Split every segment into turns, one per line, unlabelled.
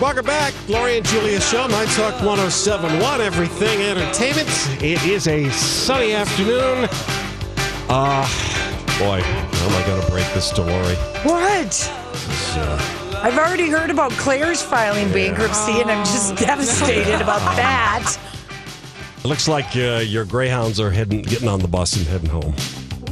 Welcome back, Lori and Julia Show, My Talk 1071, Everything Entertainment. It is a sunny afternoon. Ah, boy, how am I going to break this to Lori?
What? I've already heard about Claire's filing bankruptcy, and I'm just devastated about that.
It looks like uh, your Greyhounds are heading, getting on the bus and heading home.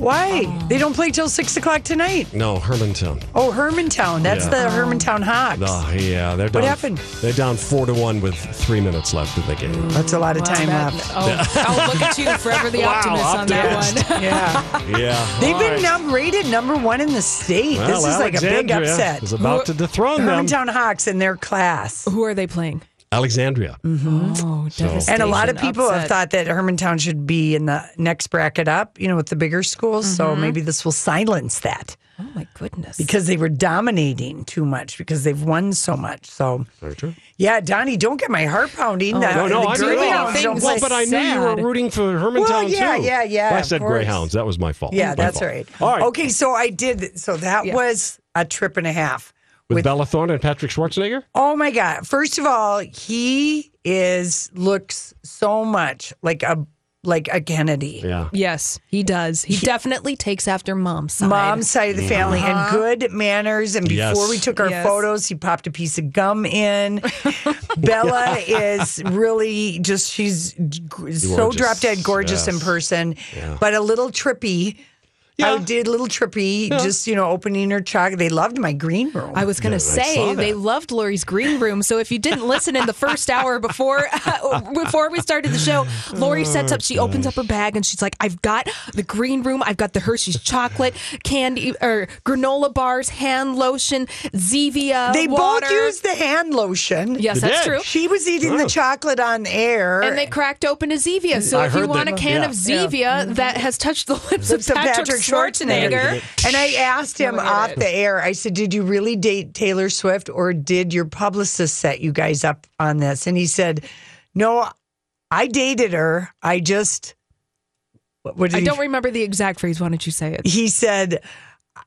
Why? They don't play till six o'clock tonight.
No, Hermantown.
Oh, Hermantown. That's
Yeah.
the Hermantown Hawks.
Oh, yeah, they're down.
happened?
They're down four to one with three minutes left in the game.
That's a lot of
Wow,
time
that-
left.
Oh, oh, look at you, forever the
Wow,
optimist, on that one.
Yeah,
Yeah,
they've
all right.
been num- rated number one in the state.
Well,
this is like a big
Alexandria
upset.
Is about to dethrone them.
Hermantown Hawks in their class.
Who are they playing?
Alexandria.
Oh, devastation.
Mm-hmm. And a lot of people have
upset.
thought that Hermantown should be in the next bracket up, you know, with the bigger schools. So
Mm-hmm.
maybe this will silence that.
Oh my goodness.
because they were dominating too much because they've won so much. So, yeah, Donnie, don't get my heart pounding. The-
Oh, No, no,
the
I
agree.
Greyhounds
Things
don't
like
Well,
play-
but I knew you were
sad.
rooting for Hermantown
Well, yeah,
too.
yeah, yeah,
Well, I
of
said
course.
Greyhounds. That was my fault.
yeah,
My
that's
fault.
right.
All right.
Okay, so I did. So that
Yeah.
was a trip and a half.
With,
with-
Bella Thorne and Patrick Schwarzenegger?
Oh my God! First of all, he is looks so much like a like a Kennedy.
Yeah.
yes, he does. He, definitely takes after mom's side.
Mom's side of the family and good manners. And before
Uh-huh. Yes.
we took our
Yes.
photos, he popped a piece of gum in. Bella is really just, she's g- so
Gorgeous.
drop dead gorgeous in
Yes.
person,
Yeah.
but a little trippy.
Yeah.
I did a little trippy,
Yeah.
just, you know, opening her chocolate. They loved my green room.
I was going to
saw
say
that.
they loved Lori's green room. So if you didn't listen in the first hour before uh, before we started the show, Lori sets up. She opens up her bag and she's like, "I've got the green room. I've got the Hershey's chocolate candy or granola bars, hand lotion, Zevia.
they
water.
both used the hand lotion.
Yes,
They
that's
did.
true.
She was eating
Oh.
the chocolate on air.
And they cracked open a Zevia. So
I
if you
heard
want
that.
a can
Yeah.
of Zevia
Mm-hmm.
that has touched the lips,
Lips
of Patrick, Schwarzenegger,
And I asked him
Killing it.
off the air, I said, Did you really date Taylor Swift or did your publicist set you guys up on this? And he said, No, I dated her. I just, what, what did
I
he,
don't remember the exact phrase. Why don't you say it?
he said,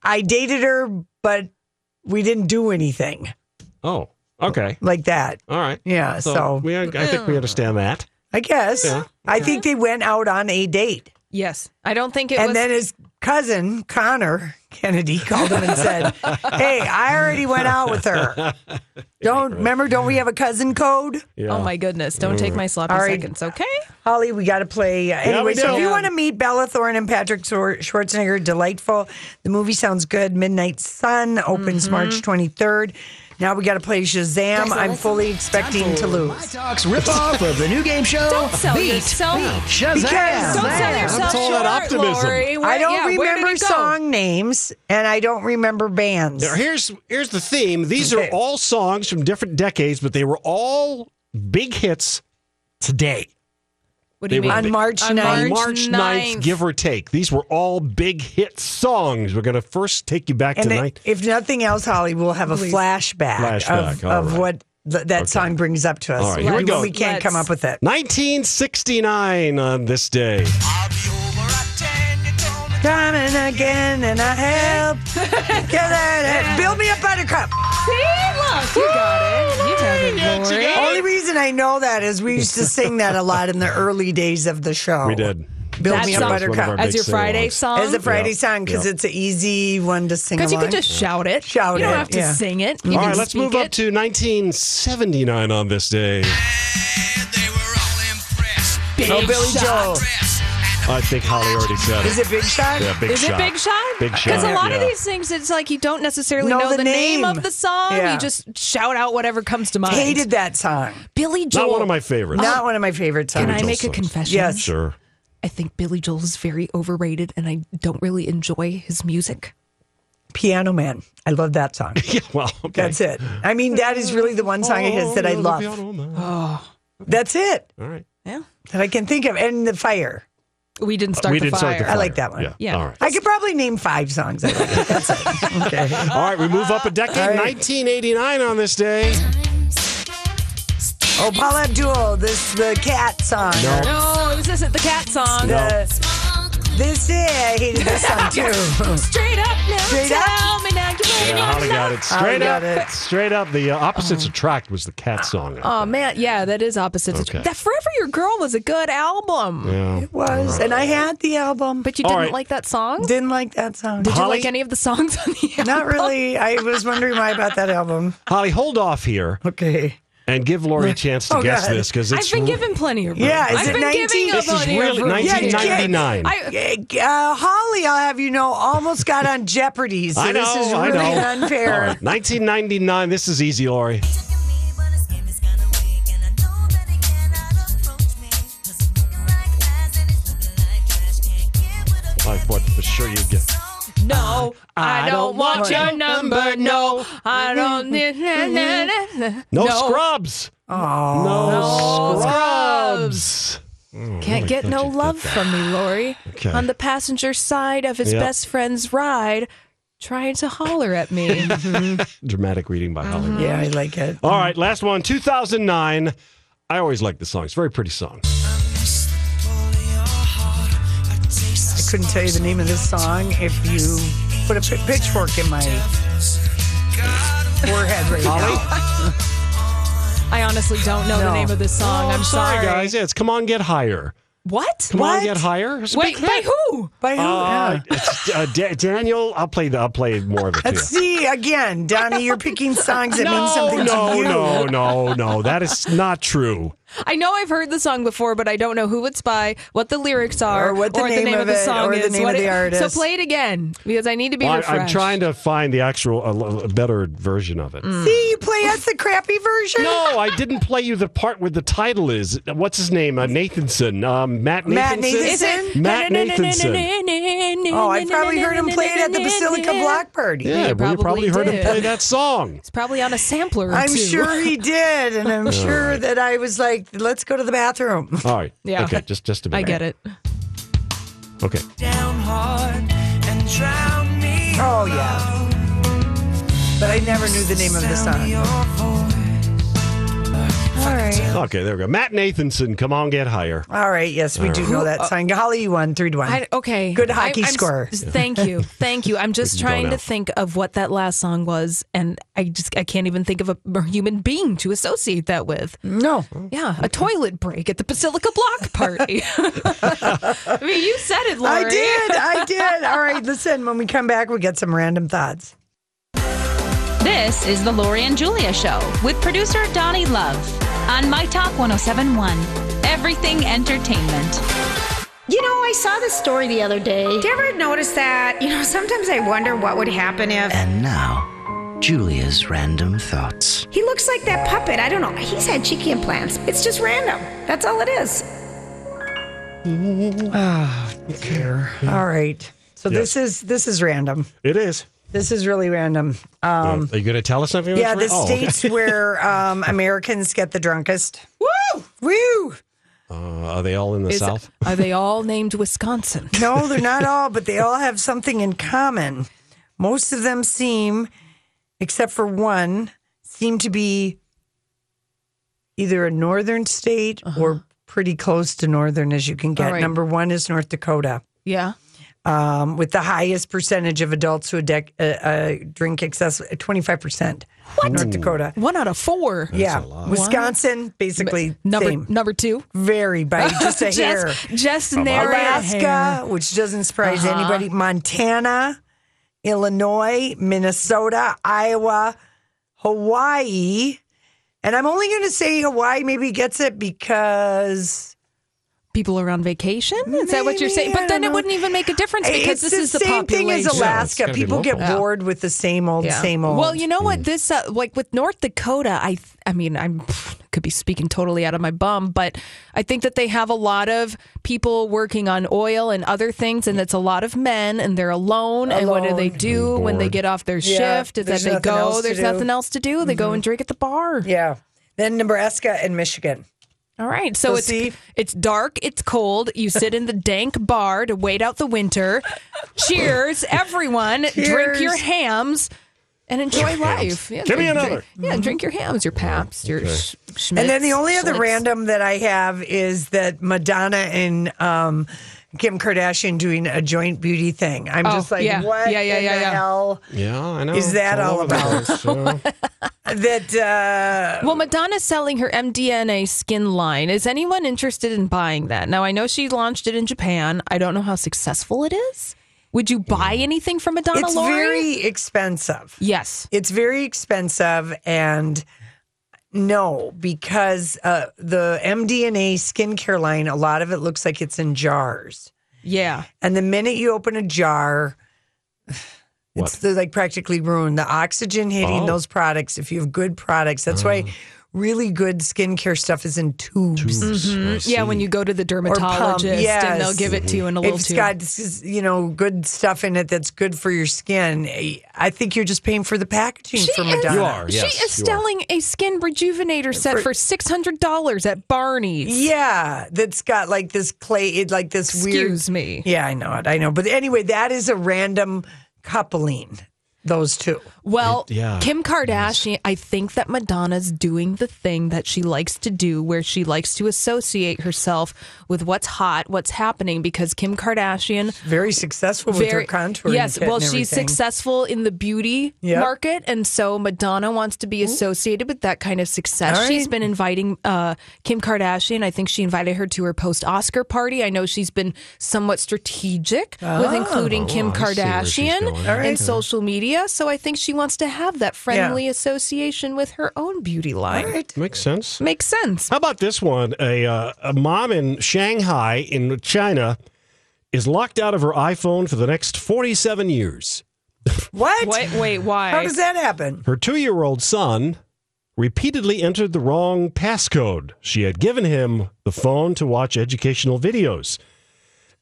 I dated her, but we didn't do anything
Oh, okay.
like that.
All right.
Yeah. So,
we, I think
Hmm.
we understand that.
I guess,
Yeah.
I think they went out on a date.
Yes. I don't think it
and
was.
then his cousin Connor Kennedy called him and said, "Hey, I already went out with her. Don't remember? Don't we have a cousin code,
Yeah.
Oh my goodness. Don't take my sloppy
All right.
seconds, okay?
Holly? We got to play uh, anyway.
we
so
do.
if you
Yeah.
want to meet Bella Thorne and Patrick Schwar- Schwarzenegger, delightful. The movie sounds good. Midnight Sun opens
Mm-hmm.
March twenty third. Now we got to play Shazam. I'm fully expecting to lose.
Talks ripoff of the new game show.
Don't sell yourself.
Shazam.
Because-
Don't sell
Man,
yourself
that's all
short,
that optimism.
Lori. Where-
I don't
yeah, where did
remember
it go?
song names and I don't remember bands.
Now, here's here's the theme. These
Okay.
are all songs from different decades, but they were all big hits today.
What do you
They
mean?
were
On March
On
9th.
On March 9th,
9th.
give or take. These were all big hit songs. We're going to first take you back
And
to
it-
night.
if nothing else, Holly, we'll have a flashback, of,
Flashback, all
of
right.
what th- that song brings up to us.
All right, here we
Even
go.
when can't
Let's-
come up with it.
1969 on this day.
Coming again, and I help. Get that- Build me a buttercup.
See, look, you got it. You have it, Lori.
Only reason I know that is we used to sing that a lot in the early days of the show.
We did.
Build
That
me a
song-
buttercup.
big
As your Friday
sing-alongs.
song.
As a Friday
Yeah,
song because
yeah.
it's an easy one to sing.
Because you
along.
could just shout it.
Shout
you
it,
don't have to
yeah.
sing it. You
All
can
right, let's
speak
move
it.
up to 1979 on this day.
And they
Big
Oh, Billy
Shot.
Joel.
I think Holly already said it.
Is it Big Shot?
Yeah, big
Is
shot.
it Big Shot?
Big shot.
Because a lot of
yeah.
these things, it's like you don't necessarily
Know
know,
the
the, name.
name.
of the song.
Yeah.
You just shout out whatever comes to mind.
Hated that song.
Billy Joel.
Not one of my favorites.
Not one of my favorite songs.
Oh. Can I
Joel
make a
songs.
confession?
Yes.
Sure.
I think Billy Joel is very overrated, and I don't really enjoy his music.
Piano Man. I love that song.
Yeah, well, okay.
That's it. I mean, that is really the one song of his
Oh,
that I love. Oh,
All
That's it
right.
Yeah,
that I can think of. And The Fire.
we didn't start
we
the
didn't
fire.
start the
I
fire.
like that one.
Yeah.
Yeah.
All right.
I could probably name five songs. I like. That's it. Okay.
All right, we move up a decade. 1989 on this day.
Oh, Paul Abdul, this the cat song.
No.
No, it was this the cat song.
The, this is, I hated this song too.
Straight up now,
Straight
tell
up?
me now you really
Yeah, Holly
wanna
got
know.
it straight
Holly
up.
got it. Oh.
Straight up. The uh, opposites attract was the cat song.
Oh man, yeah, that is opposite.
Okay.
That Forever Your Girl was a good album,
Yeah.
Was and I had the album, but
but you
All
didn't
right.
like that song.
didn't like that song.
Did you
Holly?
like any of the songs on the album?
Not really. I was wondering why about that album.
Holly, hold off here
Okay.
and give Lori a chance to
Oh,
guess
God.
this because it's
I've been
re-
given plenty of room.
Yeah, is
I've
it
been
19?
giving
This
up
is
on you
really
room.
Yeah, you
1999.
I,
Uh, Holly, I'll have you know, almost got on Jeopardy. So
I know,
this is
I
really
know. All
unfair.
right, 1999. This is easy, Lori. I thought for sure you'd get.
no, I don't want your number. No, I don't. na- na- na- na- na.
No,
No.
scrubs. no,
No
scrubs.
Can't get no love from me, Lori.
Okay.
On the passenger side of his
Yep.
best friend's ride, trying to holler at me.
Dramatic reading by Holly.
Yeah, I like it.
All right, last one. 2009. I always like the song. It's a very pretty song.
I couldn't tell you the name of this song if you put a pi- pitchfork in my forehead right now.
I honestly don't know
No.
the name of this song. I'm sorry.
Sorry, guys. Yeah, it's Come On Get Higher.
What?
Come
what?
On Get Higher. It's a
Wait,
big
by
hit.
who?
By who?
Uh,
Oh, Yeah.
it's, uh, Da- Daniel, I'll play the. I'll play more of it.
Let's
too.
see again, Donnie. You're picking songs that mean something
no,
to you.
no, no, no. That is not true.
I know I've heard the song before, but I don't know who it's by, what the lyrics are,
Or what the name of
the
it,
song
or the
is.
name
what
of the
it- So
artist.
play it again because I need to be
Well, I-
refreshed.
I'm trying to find the actual a, better version of it.
See, you play us the crappy version.
No, I didn't play you the part where the title is. What's his name? Uh, Nathanson. Um, Matt Nathanson.
Matt
Is it?
Nathanson.
Matt Nathanson.
Oh, I probably heard him play it at the Basilica Block Party.
Yeah,
You
well, you probably
probably
heard him
did.
play that song.
It's probably on a sampler. Or
I'm
two.
sure he did, and I'm sure that I was like, "Let's go to the bathroom."
All right.
Yeah.
Okay, just just a
I
minute.
get it.
Okay.
Oh yeah, but I never knew the name of the song.
All right.
Okay, there we go. Matt Nathanson, come on, get higher.
All right, yes, we do know that song. Holly, you won three to one.
I, oh, okay.
Good hockey
I'm s-
scorer.
Thank you. Thank you. I'm just
can go
trying
now.
to think of what that last song was, and I just I can't even think of a human being to associate that with.
no,
Yeah, a toilet break at the Basilica Block Party. I mean, you said it, Lori.
I did. I did. All right, listen, when we come back, we get some random thoughts.
This is the Lori and Julia Show with producer Donnie Love on My Talk 1071. Everything Entertainment.
You know, I saw this story the other day. Do you ever notice that? You know, sometimes I wonder what would happen if
And now, Julia's random thoughts.
he looks like that puppet. I don't know. He's had cheeky implants. It's just random. That's all it is.
All right. So this is this is random.
It is.
This is really random. Um,
Are you going to tell us something? Oh,
yeah, the
that's right?
states where um, Americans get the drunkest. Woo! Woo!
Oh, okay. Uh, are they all in the
Is-
South?
Are they all named Wisconsin?
No, they're not all, but they all have something in common. Most of them seem, except for one, seem to be either a northern state
Uh-huh.
or pretty close to northern as you can get.
All right.
Number one is North Dakota.
Yeah.
um, with the highest percentage of adults who adec- uh, uh, drink excess, 25%. What? North Dakota.
One out of four.
yeah. Wisconsin, basically
Number
same.
number two.
Very by just a hair.
Just, just narrow hair.
Alaska, which doesn't surprise
Uh-huh.
anybody. Montana, Illinois, Minnesota, Iowa, Hawaii. And I'm only going to say Hawaii maybe gets it because
people are on vacation? Is that what
Maybe,
you're saying?
I
But then
don't
it
know.
wouldn't even make a difference
Hey,
because
it's
this is the
same thing
population.
as Alaska.
gotta be
People get
local.
bored with the same old,
Yeah.
same old.
Well, you know
Mm.
what? This uh, like with North Dakota, I th- I mean, I'm pff, could be speaking totally out of my bum, but I think that they have a lot of people working on oil and other things, and it's a lot of men, and they're alone. And what do they do when they get off their
Yeah,
shift? Is that
there's
they
nothing else
go?
to
There's
do. Mm-hmm.
nothing else to do. They go and drink at the bar.
yeah. Then Nebraska and Michigan.
All right, so
So
it's
see?
it's dark, it's cold. You sit in the dank bar to wait out the winter. Cheers, everyone! Drink your
Cheers.
hams and enjoy life. Yeah,
Give me
drink-
another.
Drink, yeah, drink your hams, your paps, your sh- schmitz,
And then the only other
schlitz.
random that I have is that Madonna and um, Kim Kardashian doing a joint beauty thing. I'm
Oh,
just like,
yeah.
what
Yeah, yeah,
in
yeah,
the
yeah.
hell?
Yeah, I know.
Is that
It's
all
over the
about?
place, you know?
That uh,
Well, Madonna's selling her MDNA skin line. Is anyone interested in buying that? Now, I know she launched it in Japan. I don't know how successful it is. Would you buy
Mm.
anything from Madonna?
it's
Lori?
very expensive.
yes.
It's very expensive, and no, because uh, the MDNA skincare line, a lot of it looks like it's in jars.
Yeah.
And the minute you open a jar,
What?
it's the, like practically ruined. The oxygen hitting
Oh. Uh.
those products, if you have good products, that's why really good skincare stuff is in tubes.
Mm-hmm.
Jeez, I
Yeah, when
see.
you go to the
pump,
dermatologist and they'll
yes.
give it to you in a
If
little
it's
tube.
got this is, you know good stuff in it that's good for your skin, I think you're just paying for the packaging for Madonna.
You are, yes,
she is
you are.
selling a skin rejuvenator set for six hundred dollars at Barney's.
Yeah, that's got like this clay, it, like this weird.
Excuse me.
Yeah, I know it. I know. But anyway, that is a random coupling. Those two.
Well,
yeah.
Kim Kardashian, I think that Madonna's doing the thing that she likes to do, where she likes to associate herself with what's hot, what's happening, because Kim Kardashian
Very successful with her contour.
Yes, well,
and
she's
everything.
successful in the beauty
Yep.
market, and so Madonna wants to be associated with that kind of success.
All
She's
right.
been inviting uh, Kim Kardashian. I think she invited her to her post Oscar party. I know she's been somewhat strategic with including Kim
Oh, I see where she's
Kardashian
going.
and
All
Oh. right.
social media. So I think she wants to have that friendly association with her own beauty line.
Makes sense.
Makes sense.
How about this one? A, uh, a mom in Shanghai, in China, is locked out of her iPhone for the next 47 years.
What?
Wait, wait, why?
How does that happen?
Her two year old son repeatedly entered the wrong passcode. She had given him the phone to watch educational videos.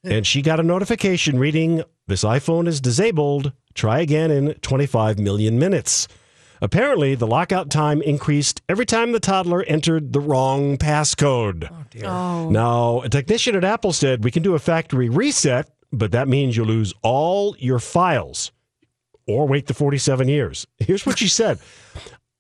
And she got a notification reading, This iPhone is disabled. Try again in 25 million minutes. Apparently, the lockout time increased every time the toddler entered the wrong passcode.
Oh,
Oh.
Now, a technician at Apple said, We can do a factory reset, but that means you lose all your files or wait the 47 years. Here's what she said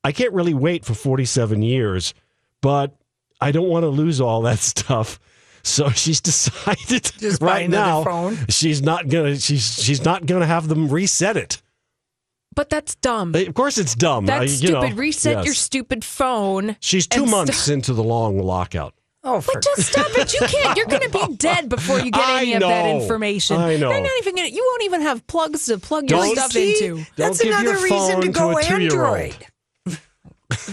I can't really wait for 47 years, but I don't want to lose all that stuff. So she's decided
Just buy
right
another
now
phone?
she's not gonna she's she's not gonna have them reset it.
But that's dumb.
Of course, it's dumb. I-
That's
you know,
stupid. Reset your
yes.
stupid phone.
She's two
and
months into the long lockout.
Oh, for
But just stop it. You can't. You're going to be dead before you get
I
any of that
know.
information.
I know.
You're not even going to, you won't even have plugs to plug your
Don't-
stuff
See?
into.
Don't
That's
give
another
your
reason
phone
to
to
go
a two-year-old.
Android.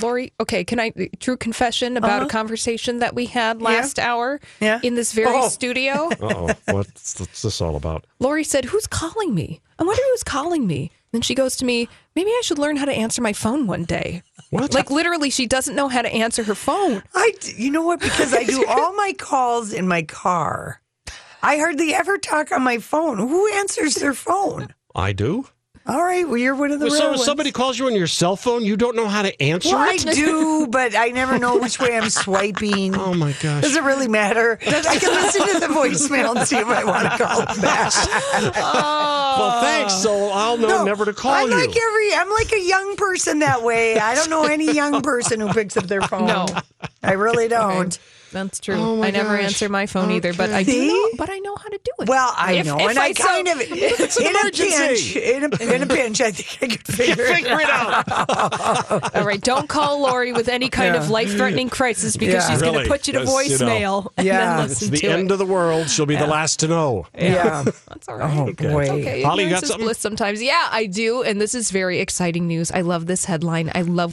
Lori, okay, can I, true confession about a conversation that we had last hour
Yeah.
in this very
Oh.
studio?
Uh oh, what's, what's this all about?
Lori said, Who's calling me? I wonder who's calling me. Then she goes to me, Maybe I should learn how to answer my phone one day.
What?
Like literally, she doesn't know how to answer her phone.
I, d- you know what? Because I do all my calls in my car. I hardly ever talk on my phone. Who answers their phone?
I do.
All right, well, you're one of the
So
real
if
ones.
somebody calls you on your cell phone, you don't know how to answer
Well, I
it.
do, but I never know which way I'm swiping.
Oh my gosh!
Does it really matter? I can listen to the voicemail and see if I want to call them back.
well, thanks. So I'll know
No,
never to call
I'm
you.
like every. I'm like a young person that way. I don't know any young person who picks up their phone.
No.
I really don't.
That's true.
Oh, my
I never
gosh.
answer my phone either, but I do
See?
know, but I know how to do it.
Well, I
If-
know,
if
and I,
I saw-
kind of
It's
an
in a pinch.
emergency.
In a, in a pinch, I think I could figure it
Figure it out.
All right, don't call Lori with any kind of life-threatening crisis because
Yeah.
she's going
Really,
to put you to
that's, you know,
voicemail and
Yeah.
then
It's
listen
It's the
to
end
it.
of the world. She'll be the last to know.
Yeah.
That's all right.
Oh, boy.
It's okay.
Holly, you
Ignorance
got
is
something?
bliss sometimes. Yeah, I do, and this is very exciting news. I love this headline. I love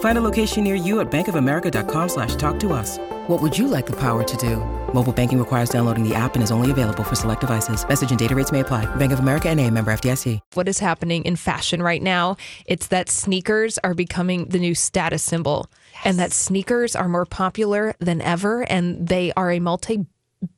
Find a location near you at bankofamerica.com slash talk to us. What would you like the power to do? Mobile banking requires downloading the app and is only available for select devices. Message and data rates may apply. Bank of America and a member FDIC.
what is happening in fashion right now. It's that sneakers are becoming the new status symbol, and that sneakers are more popular than ever, and they are a multi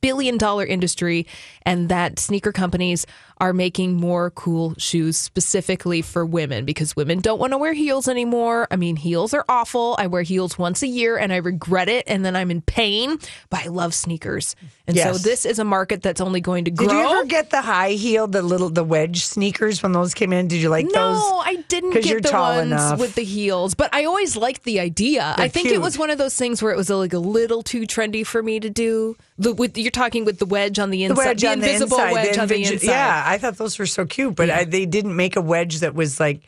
billion dollar industry and that sneaker companies are making more cool shoes specifically for women because women don't want to wear heels anymore. I mean, heels are awful. I wear heels once a year and I regret it and then I'm in pain, but I love sneakers. And so
Yes.
this is a market that's only going to grow.
Did you ever get the high heel, the little, the wedge sneakers when those came in? Did you like those?
No, I didn't
'Cause you're
get the
tall
ones
enough.
with the heels, but I always liked the idea. I
They're
think it
cute.
was one of those things where it was uh, like a little too trendy for me to do. The with you're talking with the wedge on the
The
inside,
wedge on the
invisible
inside.
wedge
the
on the
invis-
inside.
Yeah, I thought those were so cute, but I, they didn't make a wedge that was like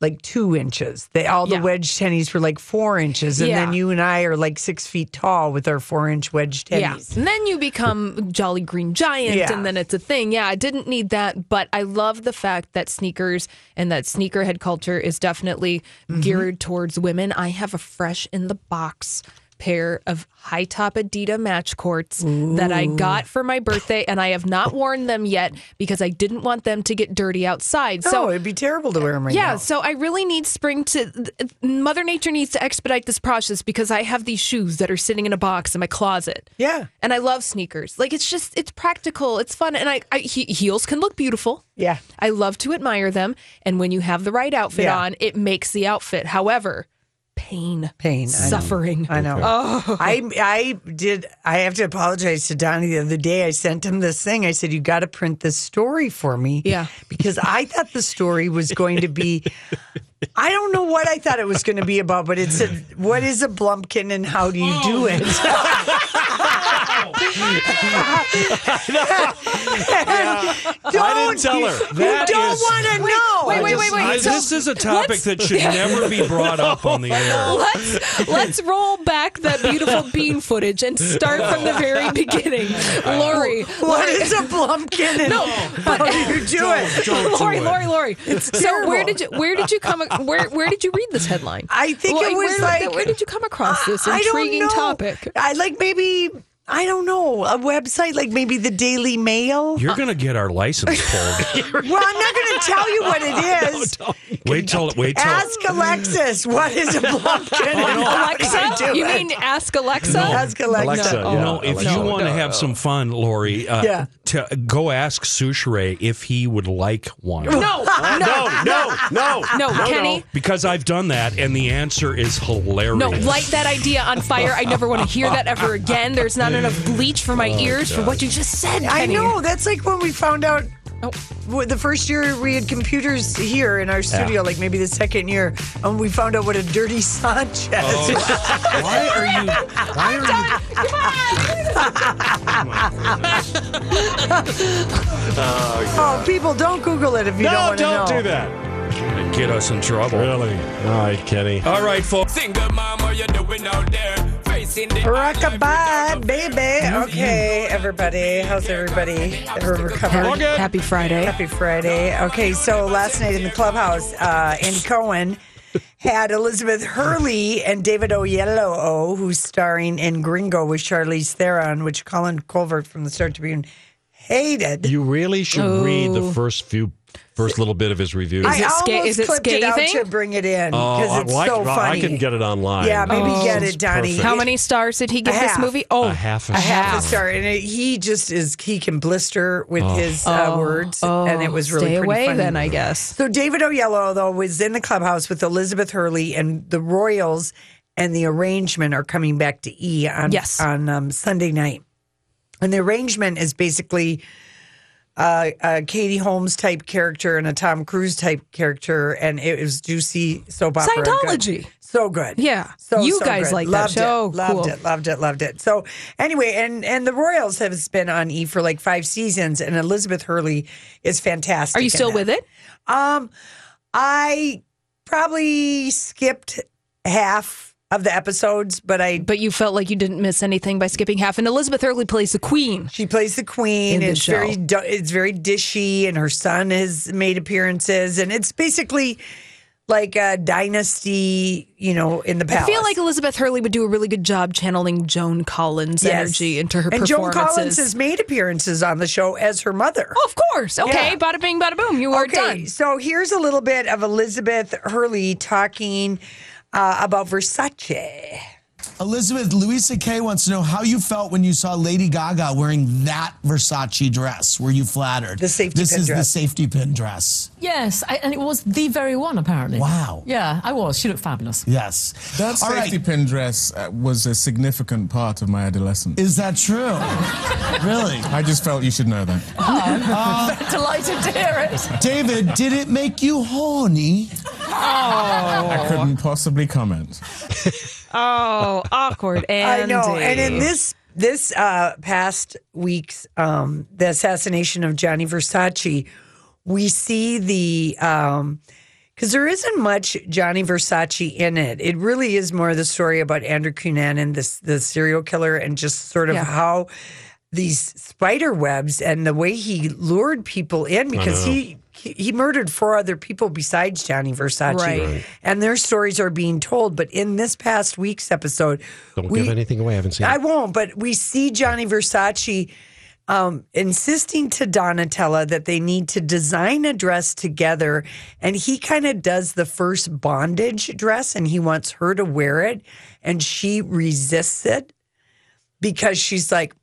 like two inches. They all the
Yeah.
wedge tennies were like four inches, and
Yeah.
then you and I are like six feet tall with our four inch wedge
Yeah.
tennies.
And then you become Jolly Green Giant
Yeah.
and then it's a thing. Yeah, I didn't need that, but I love the fact that sneakers and that sneakerhead culture is definitely geared towards women. I have a fresh in the box pair of high top Adidas match courts that I got for my birthday and I have not worn them yet because I didn't want them to get dirty outside.
So
so
Oh, it'd be terrible to wear them right
yeah,
now.
so I really need spring to. th- Mother Nature needs to expedite this process because I have these shoes that are sitting in a box in my closet.
Yeah.
And I love sneakers. Like it's just, it's practical, it's fun. And I, I he, heels can look beautiful.
Yeah.
I love to admire them. And when you have the right outfit
Yeah.
on, it makes the outfit. However, pain,
Pain. I know.
suffering.
I know. Oh. I I did. I have to apologize to Donnie the other day. I sent him this thing. I said, "You got to print this story for me."
Yeah.
Because I thought the story was going to be. I don't know what I thought it was going to be about, but it said, "What is a blumpkin and how do you
Oh.
do it?"
I didn't
Don't-
tell her.
You
That
don't
is-
want to know.
wait, wait, wait,
I-
wait. So
this is a topic that should never be brought up on the air.
let's let's roll back that beautiful bean footage and start from the very beginning. Lori,
What is a blumpkin and how do you do it?
Don't do
Lori,
it.
Lori, Lori. So
terrible.
where did you where did you come where where did you read this headline?
I think
Well,
it was
where,
like
where did you come across this
I- I don't
intriguing
know.
topic?
I like maybe I don't know a website like maybe the Daily Mail.
You're going to get our license pulled.
Well, I'm not going to tell you what it is.
wait till wait till
Ask Alexis what is a blumpkin. and how do
Alexa,
do
you
it?
mean ask Alexa?
Ask Alexa.
Alexa,
No.
you
Oh,
know, if
Alexa.
you want to have some fun, Lori, uh,
Yeah.
to go ask Sushere if he would like one.
No, no,
No, no, no.
no, Kenny.
Because I've done that, and the answer is hilarious.
No, light that idea on fire. I never want to hear that ever again. There's not enough bleach for my ears for what you just said.
I
Kenny.
know. That's like when we found out w the first year we had computers here in our studio, like maybe the second year, and we found out what a dirty Sanchez is.
Why are you? Why are you?
Oh, people, don't Google it if you don't
No,
want to know.
don't do that.
Get us in trouble.
Really? All right, Kenny.
Uh,
All right, folks.
Rockabye, baby. Okay, everybody. How's everybody? Everyone recovered?
Happy Friday.
Happy Friday. Okay, so last night in the clubhouse, uh, Andy Cohen had Elizabeth Hurley and David Oyelowo, who's starring in Gringo with Charlize Theron, which Colin Colvert from the Star Tribune hated.
You really should read the first few, first little bit of his review.
Oh. I
it
almost
sca- is it
clipped it out
scathing?
to bring it in
Oh,
because it's
well, I,
so
well,
funny.
I can get it online.
Yeah, maybe
Oh.
get it, Donnie.
perfect.
How many stars did he give this
half.
movie? Oh,
A half a
I have
half.
to start, and it, he just is—he can blister with his uh, words, and it was really
Oh. stay
pretty
away
funny.
then. I guess.
So David Oyelowo though was in the clubhouse with Elizabeth Hurley and the Royals and the arrangement are coming back to E on
Yes.
on um, Sunday night. And the arrangement is basically uh, a Katie Holmes type character and a Tom Cruise type character, and it was juicy soap opera. Good.
Scientology.
so good.
Yeah.
So
you
so
guys
good.
like
loved
that show.
It, loved
cool.
it, loved it, loved it. So anyway, and and the Royals has been on E for like five seasons, and Elizabeth Hurley is fantastic.
Are you
in
still
that.
with it?
Um, I probably skipped half of the episodes, but I
But you felt like you didn't miss anything by skipping half. And Elizabeth Hurley plays the queen.
She plays the queen.
In the
it's
show.
very du- it's very dishy, and her son has made appearances, and it's basically like a dynasty, you know, in the palace.
I feel like Elizabeth Hurley would do a really good job channeling Joan Collins'
Yes.
energy into her
and Joan
performances.
Collins has made appearances on the show as her mother.
Oh, of course. Okay,
Yeah.
bada bing, bada boom. You are
okay,
done.
so here's a little bit of Elizabeth Hurley talking uh, about Versace.
Elizabeth, Louisa Kay wants to know how you felt when you saw Lady Gaga wearing that Versace dress. Were you flattered? The
safety
this
pin
is the
dress.
safety pin dress.
Yes, I, and it was the very one, apparently.
Wow.
Yeah, I was. She looked fabulous.
Yes.
That
All right.
safety pin dress uh, was a significant part of my adolescence.
Is that true? really?
I just felt you should know that.
Delighted to hear it.
David, did it make you horny?
I couldn't possibly comment.
Oh, awkward. Andy.
I know. And in this this uh, past week's um, the assassination of Johnny Versace, we see the um because there isn't much Johnny Versace in it. It really is more the story about Andrew Cunanan, and this the serial killer, and just sort of
Yeah.
how these spider webs and the way he lured people in because
know.
he he murdered four other people besides Johnny Versace,
Right. Right.
and their stories are being told. But in this past week's episode,
Don't
we-
give anything away. I haven't seen
I
it.
won't, but we see Johnny Versace um, insisting to Donatella that they need to design a dress together. And he kind of does the first bondage dress and he wants her to wear it. And she resists it because she's like,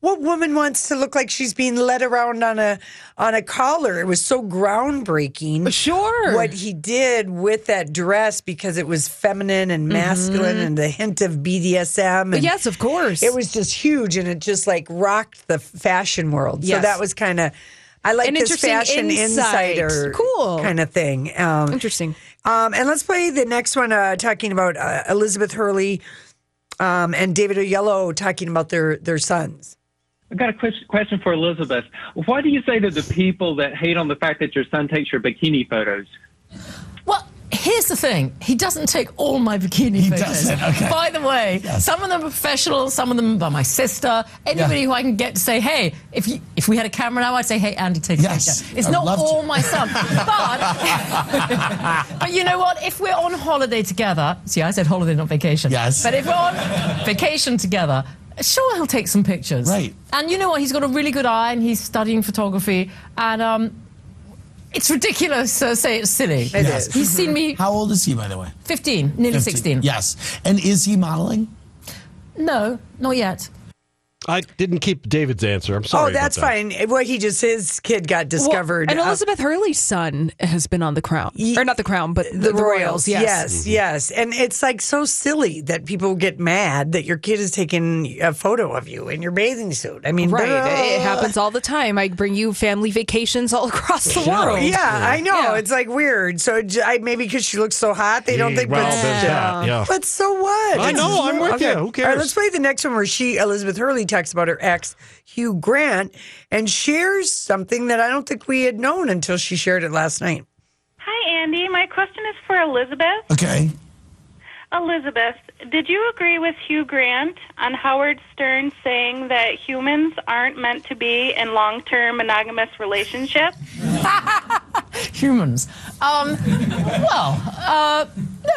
what woman wants to look like she's being led around on a on a collar? It was so groundbreaking
Sure.
what he did with that dress because it was feminine and masculine and the hint of BDSM.
But
and
Mm-hmm. yes, of course.
It was just huge and it just like rocked the fashion world. So
Yes.
that was kind of, I like
An
this
interesting
fashion
insight.
insider
Cool.
kind of thing. Um,
interesting.
um, and let's play the next one uh, talking about uh, Elizabeth Hurley um, and David Oyelowo talking about their, their sons.
I've got a ques- question for Elizabeth. What do you say to the people that hate on the fact that your son takes your bikini photos?
Well, here's the thing. He doesn't take all my bikini photos.
doesn't, okay.
By the way, some of them are professional, some of them by my sister. Anybody
Yeah.
who I can get to say, hey, if you, if we had a camera now, I'd say, hey, Andy, take
Yes,
a picture. It's
I would
not
love to.
all my son. But, but you know what? If we're on holiday together, see, I said holiday, not vacation.
Yes.
But if we're on vacation together, sure, he'll take some pictures.
Right.
And you know what? He's got a really good eye and he's studying photography. And um, it's ridiculous to say it's silly.
Yes. is.
He's seen me
How old is he, by the way?
15, nearly
15.
16.
Yes. And is he modeling?
No, not yet.
I didn't keep David's answer. I'm sorry.
oh,
about
that's
that.
fine. Well, he just, his kid got discovered.
Well, and
uh,
Elizabeth Hurley's son has been on the crown.
Ye-
or not the crown, but the,
the,
the
royals,
Yes.
yes,
Mm-hmm.
yes. and it's like so silly that people get mad that your kid is taking a photo of you in your bathing suit. I mean,
Right. It
duh.
happens all the time. I bring you family vacations all across the world.
Yeah, I know.
Yeah.
It's like weird. So j- I, maybe because she looks so hot, they don't
Yeah,
think.
well,
but,
there's that, yeah.
but so what?
I
It's
know, I'm with you. Who
All right,
cares?
let's play the next one where she, Elizabeth Hurley, talks about her ex, Hugh Grant, and shares something that I don't think we had known until she shared it last night.
Hi, Andy. My question is for Elizabeth.
Okay.
Elizabeth, did you agree with Hugh Grant on Howard Stern saying that humans aren't meant to be in long term monogamous relationships?
Humans. Um, well, uh,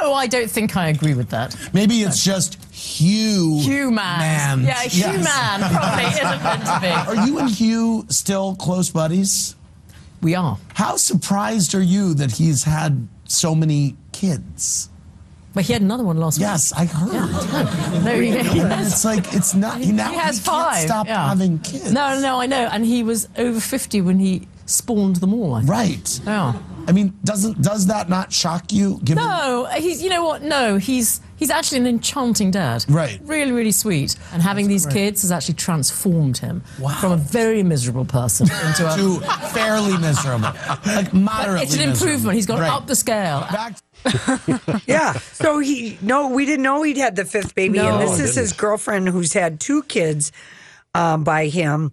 no, I don't think I agree with that.
Maybe it's just Hugh.
Human. Yeah,
Yes.
human probably isn't meant to be.
Are you and Hugh still close buddies?
We are.
How surprised are you that he's had so many kids?
But he had another one last
Yes, I heard.
week. No, he, he
And
has,
it's like it's not. He, now
he has
can't
five.
Stop
yeah.
having kids.
No, no, no, I know. And he was over 50 when he spawned them all, I think.
Right.
Yeah.
I mean, doesn't does that not shock you? Given
No, he's you know what? No, he's he's actually an enchanting dad.
Right.
Really, really sweet. And having these kids has actually transformed him from a very miserable person into a
to fairly miserable, like moderately.
But it's an
miserable.
improvement. He's gone
Right.
up the scale.
yeah. So he no, we didn't know he'd had the fifth baby,
No.
and
No,
this
I
is his girlfriend who's had two kids um, by him.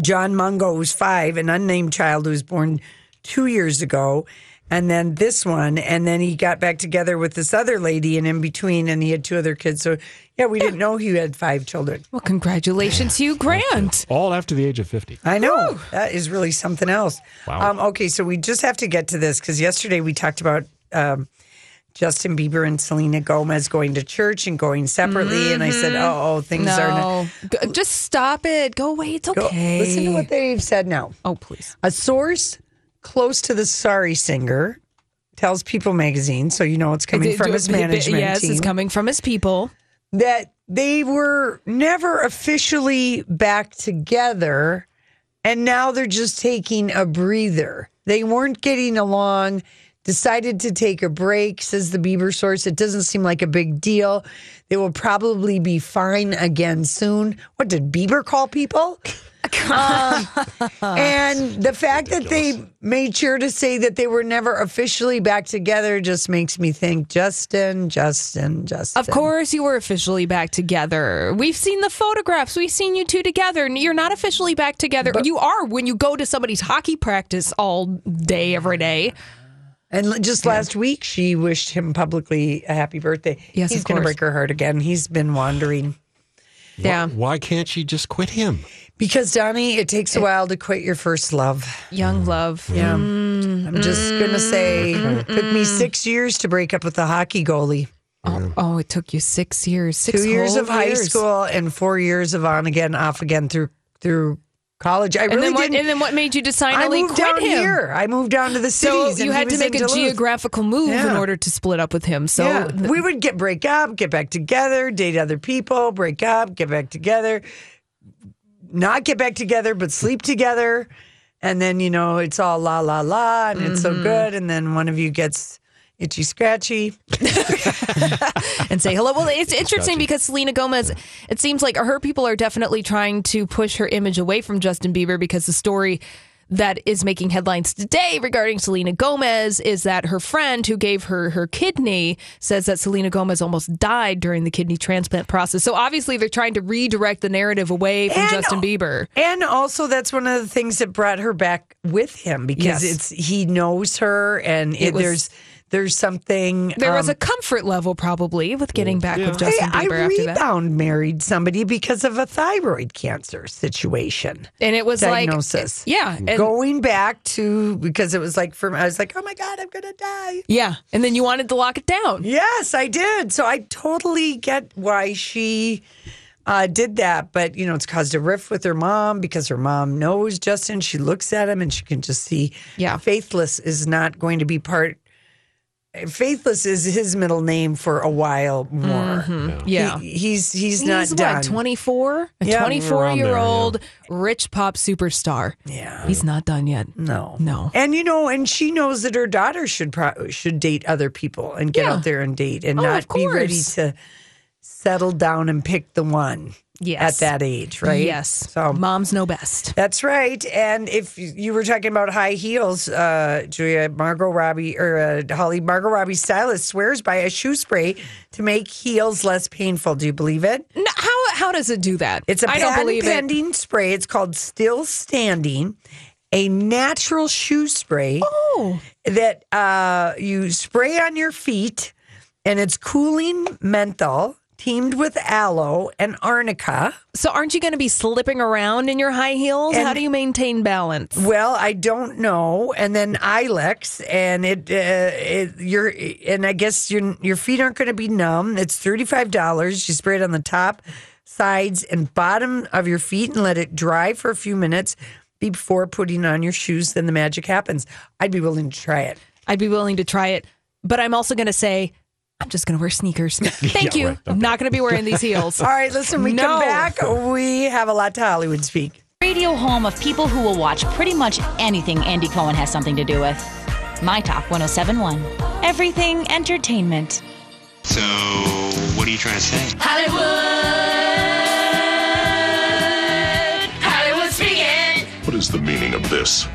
John Mungo, who's five, an unnamed child who was born two years ago, and then this one, and then he got back together with this other lady, and in between, and he had two other kids. So yeah, we didn't know he had five children.
Well, congratulations to you, Grant.
All after the age of 50.
I know. That is really something else.
Wow.
Um, okay, so we just have to get to this because yesterday we talked about um, Justin Bieber and Selena Gomez going to church and going separately. And I
Mm-hmm.
said, oh, oh things are not.
Go- just stop it. Go away. It's
Go-
okay.
Listen to what they've said now.
Oh, please.
A source close to the sorry singer tells People magazine, so you know it's coming
It-
from
it-
his
it-
management
Yes,
team.
it's coming from his people.
that they were never officially back together and now they're just taking a breather. They weren't getting along, decided to take a break, says the Bieber source. It doesn't seem like a big deal. They will probably be fine again soon. What did Bieber call people? Um, and the fact that they made sure to say that they were never officially back together just makes me think Justin, Justin, Justin.
Of course, you were officially back together. We've seen the photographs. We've seen you two together. You're not officially back together. you are when you go to somebody's hockey practice all day, every day.
And l- just last week, she wished him publicly a happy birthday.
Yes,
he's
of
going to
course.
break her heart again. He's been wandering.
Yeah.
Why can't she just quit him?
Because Donnie, it takes a while to quit your first love.
Young love.
Yeah, I'm just gonna say,
Mm-hmm.
took me six years to break up with the hockey goalie.
Oh, it took you six years. Six
Two years
whole
of high
years.
school and four years of on again, off again through through college. I
and
really
then what?
didn't.
And then what made you decide
I
to
moved
quit
down
him?
here. I moved down to the
So
cities. and
you
he
had to
was
make
in
a
Duluth.
geographical move in
Yeah.
order to split up with him. So
yeah, we would get break up, get back together, date other people, break up, get back together, not get back together, but sleep together. And then, you know, it's all la la la and it's so good. And then one of you gets itchy scratchy.
and say hello. Well, it's interesting
Gotcha.
because Selena Gomez, it seems like her people are definitely trying to push her image away from Justin Bieber because the story that is making headlines today regarding Selena Gomez is that her friend who gave her her kidney says that Selena Gomez almost died during the kidney transplant process. So obviously they're trying to redirect the narrative away from
And-
Justin Bieber.
And also, that's one of the things that brought her back with him
Yes.
because it's he knows her and
It
it,
was-
there's there's something.
There was
um,
a comfort level probably with getting back with
Hey,
Justin
I
Bieber after that.
rebound married somebody because of a thyroid cancer situation.
And it was like-
diagnosis.
yeah, and-
going back to because it was like for I was like, oh my god, I'm gonna die.
Yeah. And then you wanted to lock it down.
Yes, I did. So I totally get why she uh, did that, but you know, it's caused a rift with her mom because her mom knows Justin. She looks at him and she can just see.
Yeah.
faithless is not going to be part. Faithless is his middle name for a while more.
Mm-hmm. Yeah.
He- he's he's not
he's
done.
what 24 a
Yeah.
24
Around there, Mm.
year old rich pop superstar yeah he's not done yet
No.
no
And you know, and she knows that her daughter should pro- should date other people and get
Yeah.
out there and date and
Oh,
not
of
be ready
course.
to settle down and pick the one.
Yes.
At that age, right?
Yes.
So
moms know best.
That's right. And if you were talking about high heels, uh, Julia Margot Robbie or uh, Holly Margot Robbie stylist swears by a shoe spray to make heels less painful. Do you believe it?
No, how how does it do that
It's a
I don't
patent
believe it
pending spray. It's called Still Standing, a natural shoe spray
Oh.
that uh, you spray on your feet, and it's cooling menthol teamed with aloe and arnica.
so aren't you going to be slipping around in your high heels how
And-
do you maintain balance
Well, I don't know. And then Ilex, and it, uh, it your and I guess your your feet aren't going to be numb. It's thirty five dollars. You spray it on the top, sides, and bottom of your feet, and let it dry for a few minutes before putting on your shoes. Then the magic happens. I'd be willing to try it.
i'd be willing to try it but i'm also going to say i'm just going to wear sneakers thank
Yeah,
you
right.
i'm not going to be wearing these heels
All right, listen. We
No.
come back. We have a lot to Hollywood speak.
Radio home of people who will watch pretty much anything Andy Cohen has something to do with. My Talk 1071. Everything entertainment.
So, what are you trying to say?
Hollywood! Hollywood speaking!
What is the meaning of this?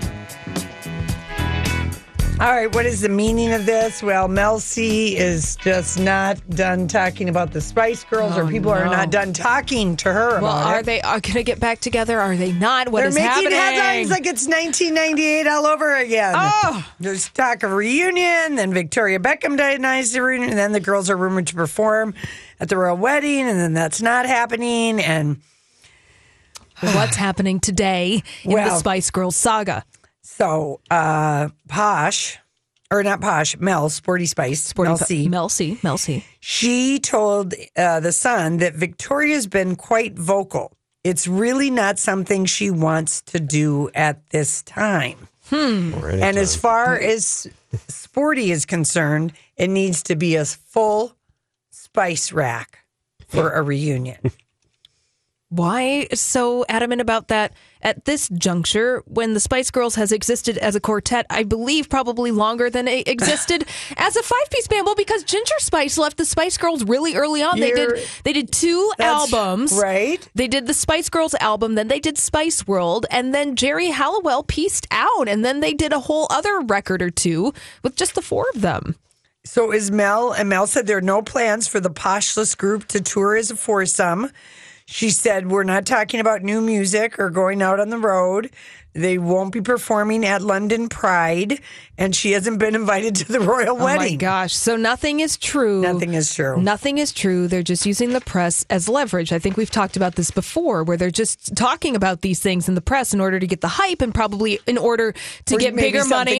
All right, what is the meaning of this? Well, Mel C is just not done talking about the Spice Girls, or people are
Oh, no.
not done talking to her.
Well,
about
are
it.
they are going to get back together? Are they not? What
They're
is
making
happening?
headlines like it's 1998 all over again. Oh, there's talk of reunion. Then Victoria Beckham died and I the reunion. And then the girls are rumored to perform at the royal wedding, and then that's not happening. And
what's happening today in the
Well-
Spice Girls saga?
so, uh, Posh, or not Posh, Mel, Sporty Spice, Sporty Mel
Po-
C.
Mel C. Mel C.
She told uh, The Sun that Victoria's been quite vocal. It's really not something she wants to do at this time.
Hmm.
Mm. And as far as Sporty is concerned, it needs to be a full spice rack for a reunion.
Why so adamant about that at this juncture when the Spice Girls has existed as a quartet, I believe probably longer than it existed as a five piece band? Well, because Ginger Spice left the Spice Girls really early on. they
You're-
did they did two
That's
albums.
right.
They did the Spice Girls album, then they did Spice World, and then Jerry Halliwell pieced out, and then they did a whole other record or two with just the four of them.
So is Mel, and Mel said there are no plans for the poshless group to tour as a foursome. She said, We're not talking about new music or going out on the road. They won't be performing at London Pride, and she hasn't been invited to the royal
Oh my
wedding.
gosh. So nothing is true. Nothing
is true.
Nothing is true. They're just using the press as leverage. I think we've talked about this before where they're just talking about these things in the press in order to get the hype and probably in order to
Or
get
maybe
bigger money.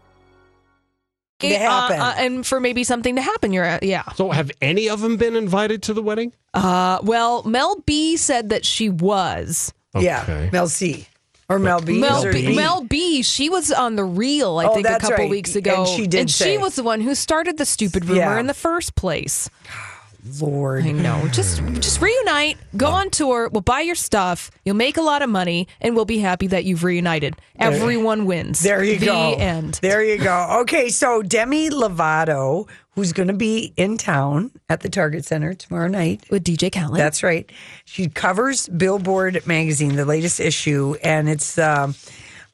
Uh, uh, and for maybe something to happen, you're at, yeah.
So, have any of them been invited to the wedding?
Uh, well, Mel B said that she was.
Yeah, Mel C. Or Mel B.
Mel
or
B,
B.
Mel B, she was on the reel, I
Oh,
think, a
that's
couple
right.
weeks ago,
And she did
and
say-
she was the one who started the stupid rumor
Yeah.
in the first place.
Lord.
I know. Just just reunite, go on tour, we'll buy your stuff, you'll make a lot of money, and we'll be happy that you've reunited.
There-
Everyone wins.
There you
the
go.
End.
There you go. Okay, so Demi Lovato, who's going to be in town at the Target Center tomorrow night
with DJ Khaled.
That's right. She covers Billboard magazine, the latest issue, and it's. Um,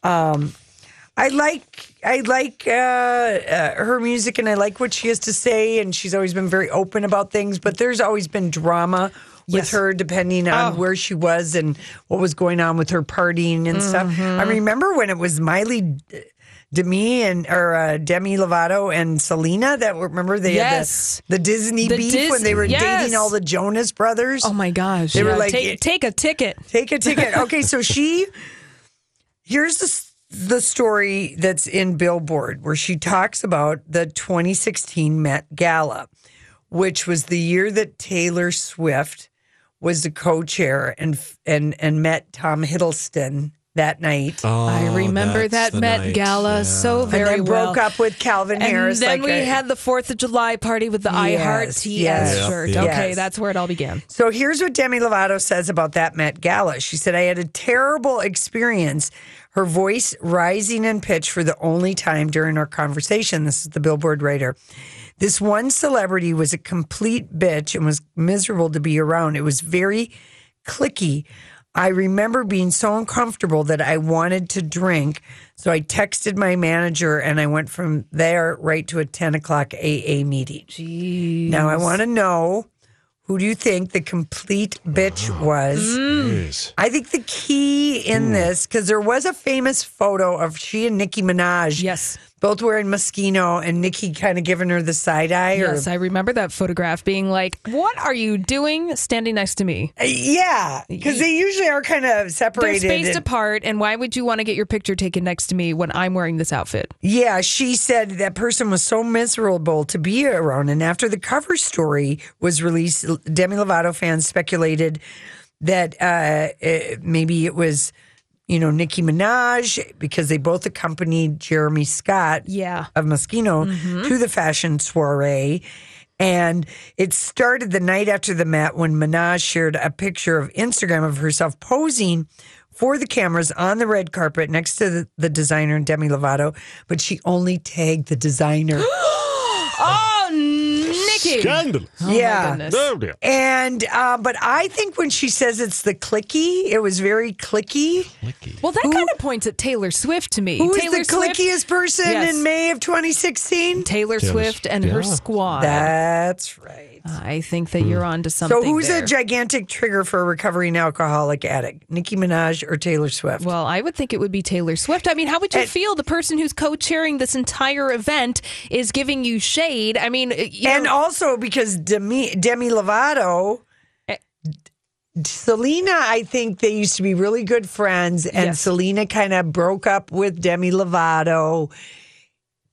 um, I like I like uh, uh, her music, and I like what she has to say, and she's always been very open about things. But there's always been drama. With
Yes. Oh.
her, depending on where she was and what was going on with her partying and stuff. I
Mhm.
remember when it was Miley Demi and or uh, Demi Lovato and Selena that were remember they
Yes.
had the, the Disney
The
beef
Dis-
when they were
yes.
dating all the Jonas brothers.
Oh my gosh.
They
yeah.
were like
take, take a ticket.
Take a ticket. Okay, so she here's the s- the story that's in Billboard where she talks about the 2016 Met Gala, which was the year that Taylor Swift was the co-chair and f- and and met Tom Hiddleston that night.
Oh, Ah,
I remember that Met Gala so
And
Oh. very
then
well.
broke up with Calvin
and
Harris. like
then we
a-
had the Fourth of July party with the I Heart
Yes,
TS
yes,
shirt.
yes.
Okay,
yes.
that's where it all began.
So here's what Demi Lovato says about that Met Gala. She said, I had a terrible experience, her voice rising in pitch for the only time during our conversation. This is the Billboard writer. This one celebrity was a complete bitch and was miserable to be around. It was very clicky. I remember being so uncomfortable that I wanted to drink. So I texted my manager and I went from there right to a 10 o'clock AA meeting.
Jeez.
Now I want to know who do you think the complete bitch
Uh-huh.
was?
Mm-hmm.
Jeez.
I think the key
Hmm.
in this, because there was a famous photo of she and Nicki Minaj.
Yes.
Both wearing Moschino and Nicki kind of giving her the side eye.
Yes,
or,
I remember that photograph being like, "What are you doing standing next to me?"
yeah, because they usually are kind of separated.
They're spaced
and-
apart, and why would you want to get your picture taken next to me when I'm wearing this outfit?
Yeah, she said that person was so miserable to be around. And after the cover story was released, Demi Lovato fans speculated that uh, eh, maybe it was, you know, Nicki Minaj because they both accompanied Jeremy Scott
Yeah.
of Moschino to the fashion soiree. And it started the night after the mat when Minaj shared a picture of Instagram of herself posing for the cameras on the red carpet next to the, the designer Demi Lovato, but she only tagged the designer.
Oh, Nikki!
Scandalous.
yeah.
Oh, dear.
And uh, but I think when she says it's the clicky, it was very clicky.
Well, that kind of points at Taylor Swift to me.
Who is
Taylor
the clickiest person in May of 2016?
Taylor
Taylor
Swift and her
Swift.
squad.
That's right.
I think that you're onto something.
So who's
there.
a gigantic trigger for a recovering alcoholic addict? Nicki Minaj or Taylor Swift?
Well, I would think it would be Taylor Swift. I mean, how would you feel the person who's co-chairing this entire event is giving you shade? I mean, you
and
know-
also because Demi, Demi Lovato,
Eh.
Selena, I think they used to be really good friends, and Selena kind of broke up with Demi Lovato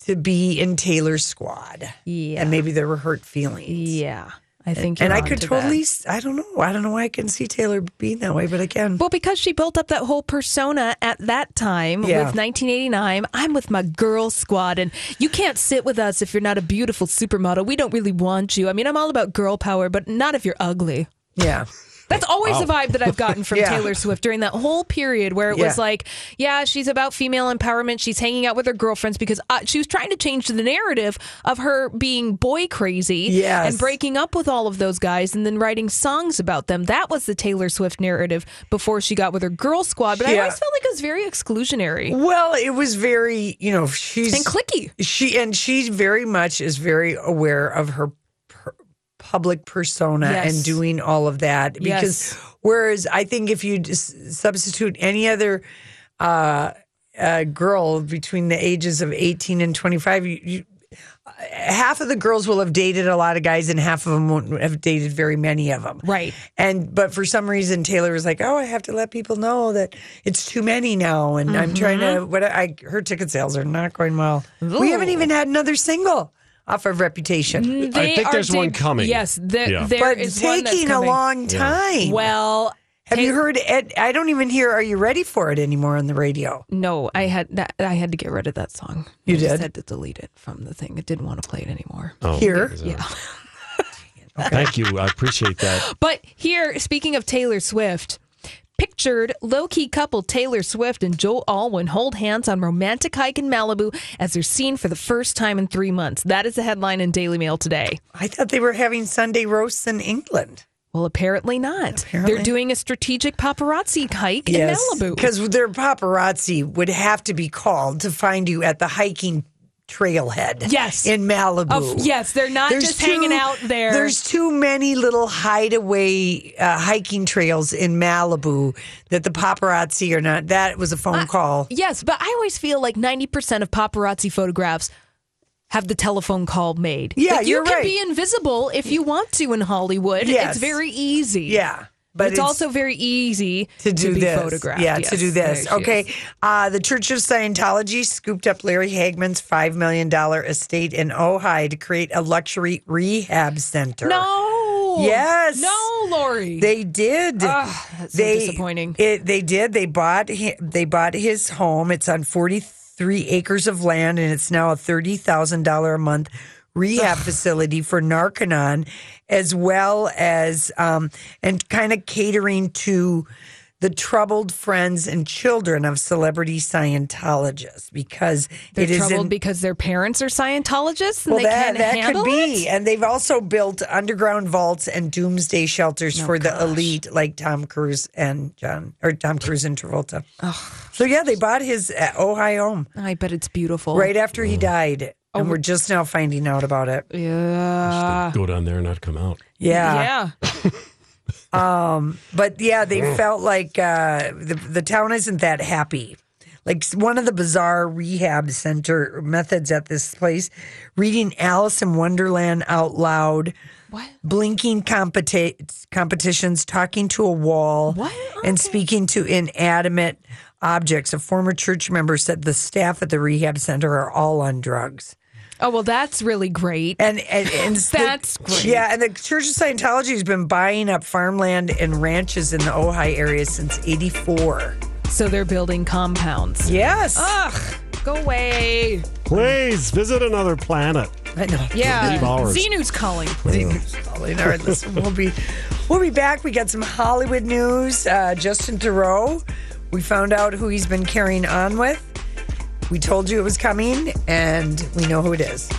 to be in Taylor's squad.
Yeah.
And maybe there were hurt feelings.
Yeah. I think
and
you're
I could
onto that.
totally, s- I don't know. I don't know why I can see Taylor being that way, but I can.
Well, because she built up that whole persona at that time
Yeah.
with 1989. I'm with my girl squad, and you can't sit with us if you're not a beautiful supermodel. We don't really want you. I mean, I'm all about girl power, but not if you're ugly.
Yeah.
That's always the
Wow.
vibe that I've gotten from
Oh. Yeah.
Taylor Swift during that whole period where it was
Yeah.
like, yeah, she's about female empowerment. She's hanging out with her girlfriends because uh, she was trying to change the narrative of her being boy crazy
Yes.
and breaking up with all of those guys and then writing songs about them. That was the Taylor Swift narrative before she got with her girl squad. But I
Yeah.
always felt like it was very exclusionary.
Well, it was very, you know, she's
And clicky.
She and she very much is very aware of her per, public persona
Yes.
and doing all of that because
Yes.
whereas I think if you just substitute any other uh, uh, girl between the ages of 18 and 25 you, you uh, half of the girls will have dated a lot of guys and half of them won't have dated very many of them
right
and but for some reason taylor was like oh i have to let people know that it's too many now and i'm trying
Mm-hmm.
to what i her ticket sales are not going well we haven't even had another single off of reputation
They
think
are
there's one
deb-
coming.
Yes, there,
Yeah.
Mm, there
but
is
taking
one that's
a
coming.
long time
Well,
have you heard it i don't even hear are you ready for it anymore on the radio
No, I had that, I had to get rid of that song.
You
I just
did?
had to delete it from the thing. It didn't want to play it anymore.
Oh,
Here?
is that-
Yeah.
Thank you. I appreciate that.
But here, speaking of Taylor Swift, pictured low key couple Taylor Swift and Joel Alwyn hold hands on romantic hike in Malibu as they're seen for the first time in three months. That is the headline in Daily Mail today.
i thought they were having sunday roasts in england
Well, apparently not. They're doing a strategic paparazzi hike in Malibu.
Because their paparazzi would have to be called to find you at the hiking trailhead.
Yes.
In Malibu.
Of- yes, they're not just hanging out there.
There's too many little hideaway uh, hiking trails in Malibu that the paparazzi are not. That was a phone call.
Yes, but I always feel like 90% of paparazzi photographs have the telephone call made.
Yeah,
Like, you
you're
can
right.
be invisible if you want to in Hollywood.
Yes.
It's very easy.
Yeah. But
But it's,
it's-
also very easy
to do
be
this.
photographed.
Yeah, to
Yes,
do this.
there she
Okay.
is.
Uh, the Church of Scientology scooped up Larry Hagman's $5 million estate in Ojai to create a luxury rehab center.
No.
Yes.
No, Lori.
They did.
Ugh, Ah, that's so
they,
disappointing.
It, they did. They bought. hi- They bought his home. It's on forty-three acres of land, and it's now a thirty thousand dollar a month rehab facility for Narcanon, as well as um, and kind of catering to the troubled friends and children of celebrity Scientologists because
They're
it is
troubled
in-
because their parents are Scientologists and
well,
they
that,
can't
that
handle
could be. And they've also built underground vaults and doomsday shelters
Oh,
for the elite, like Tom Cruise and John, or Tom Cruise and Travolta. So, yeah, they bought his uh, Ojai home.
I bet it's beautiful.
Right after he died. And
Oh.
we're just now finding out about it.
Yeah.
Go down there and not come out.
Yeah. Yeah. um, but yeah, they felt like uh, the the town isn't that happy. Like s- one of the bizarre rehab center methods at this place, reading Alice in Wonderland out loud, what? blinking competi- competitions, talking to a wall, and speaking to inanimate objects. A former church member said the staff at the rehab center are all on drugs.
Oh well, that's really great.
And and, and the-
that's great.
Yeah, and the Church of Scientology has been buying up farmland and ranches in the Ojai area since '84.
So they're building compounds.
Yes.
Ugh. Go away.
Please visit another planet.
I know.
Yeah.
Leave ours.
Xenu's calling.
Colleen. All right, listen, we'll be we'll be back. We got some Hollywood news. Uh, Justin Thoreau. We found out who he's been carrying on with. We told you it was coming, and we know who it is.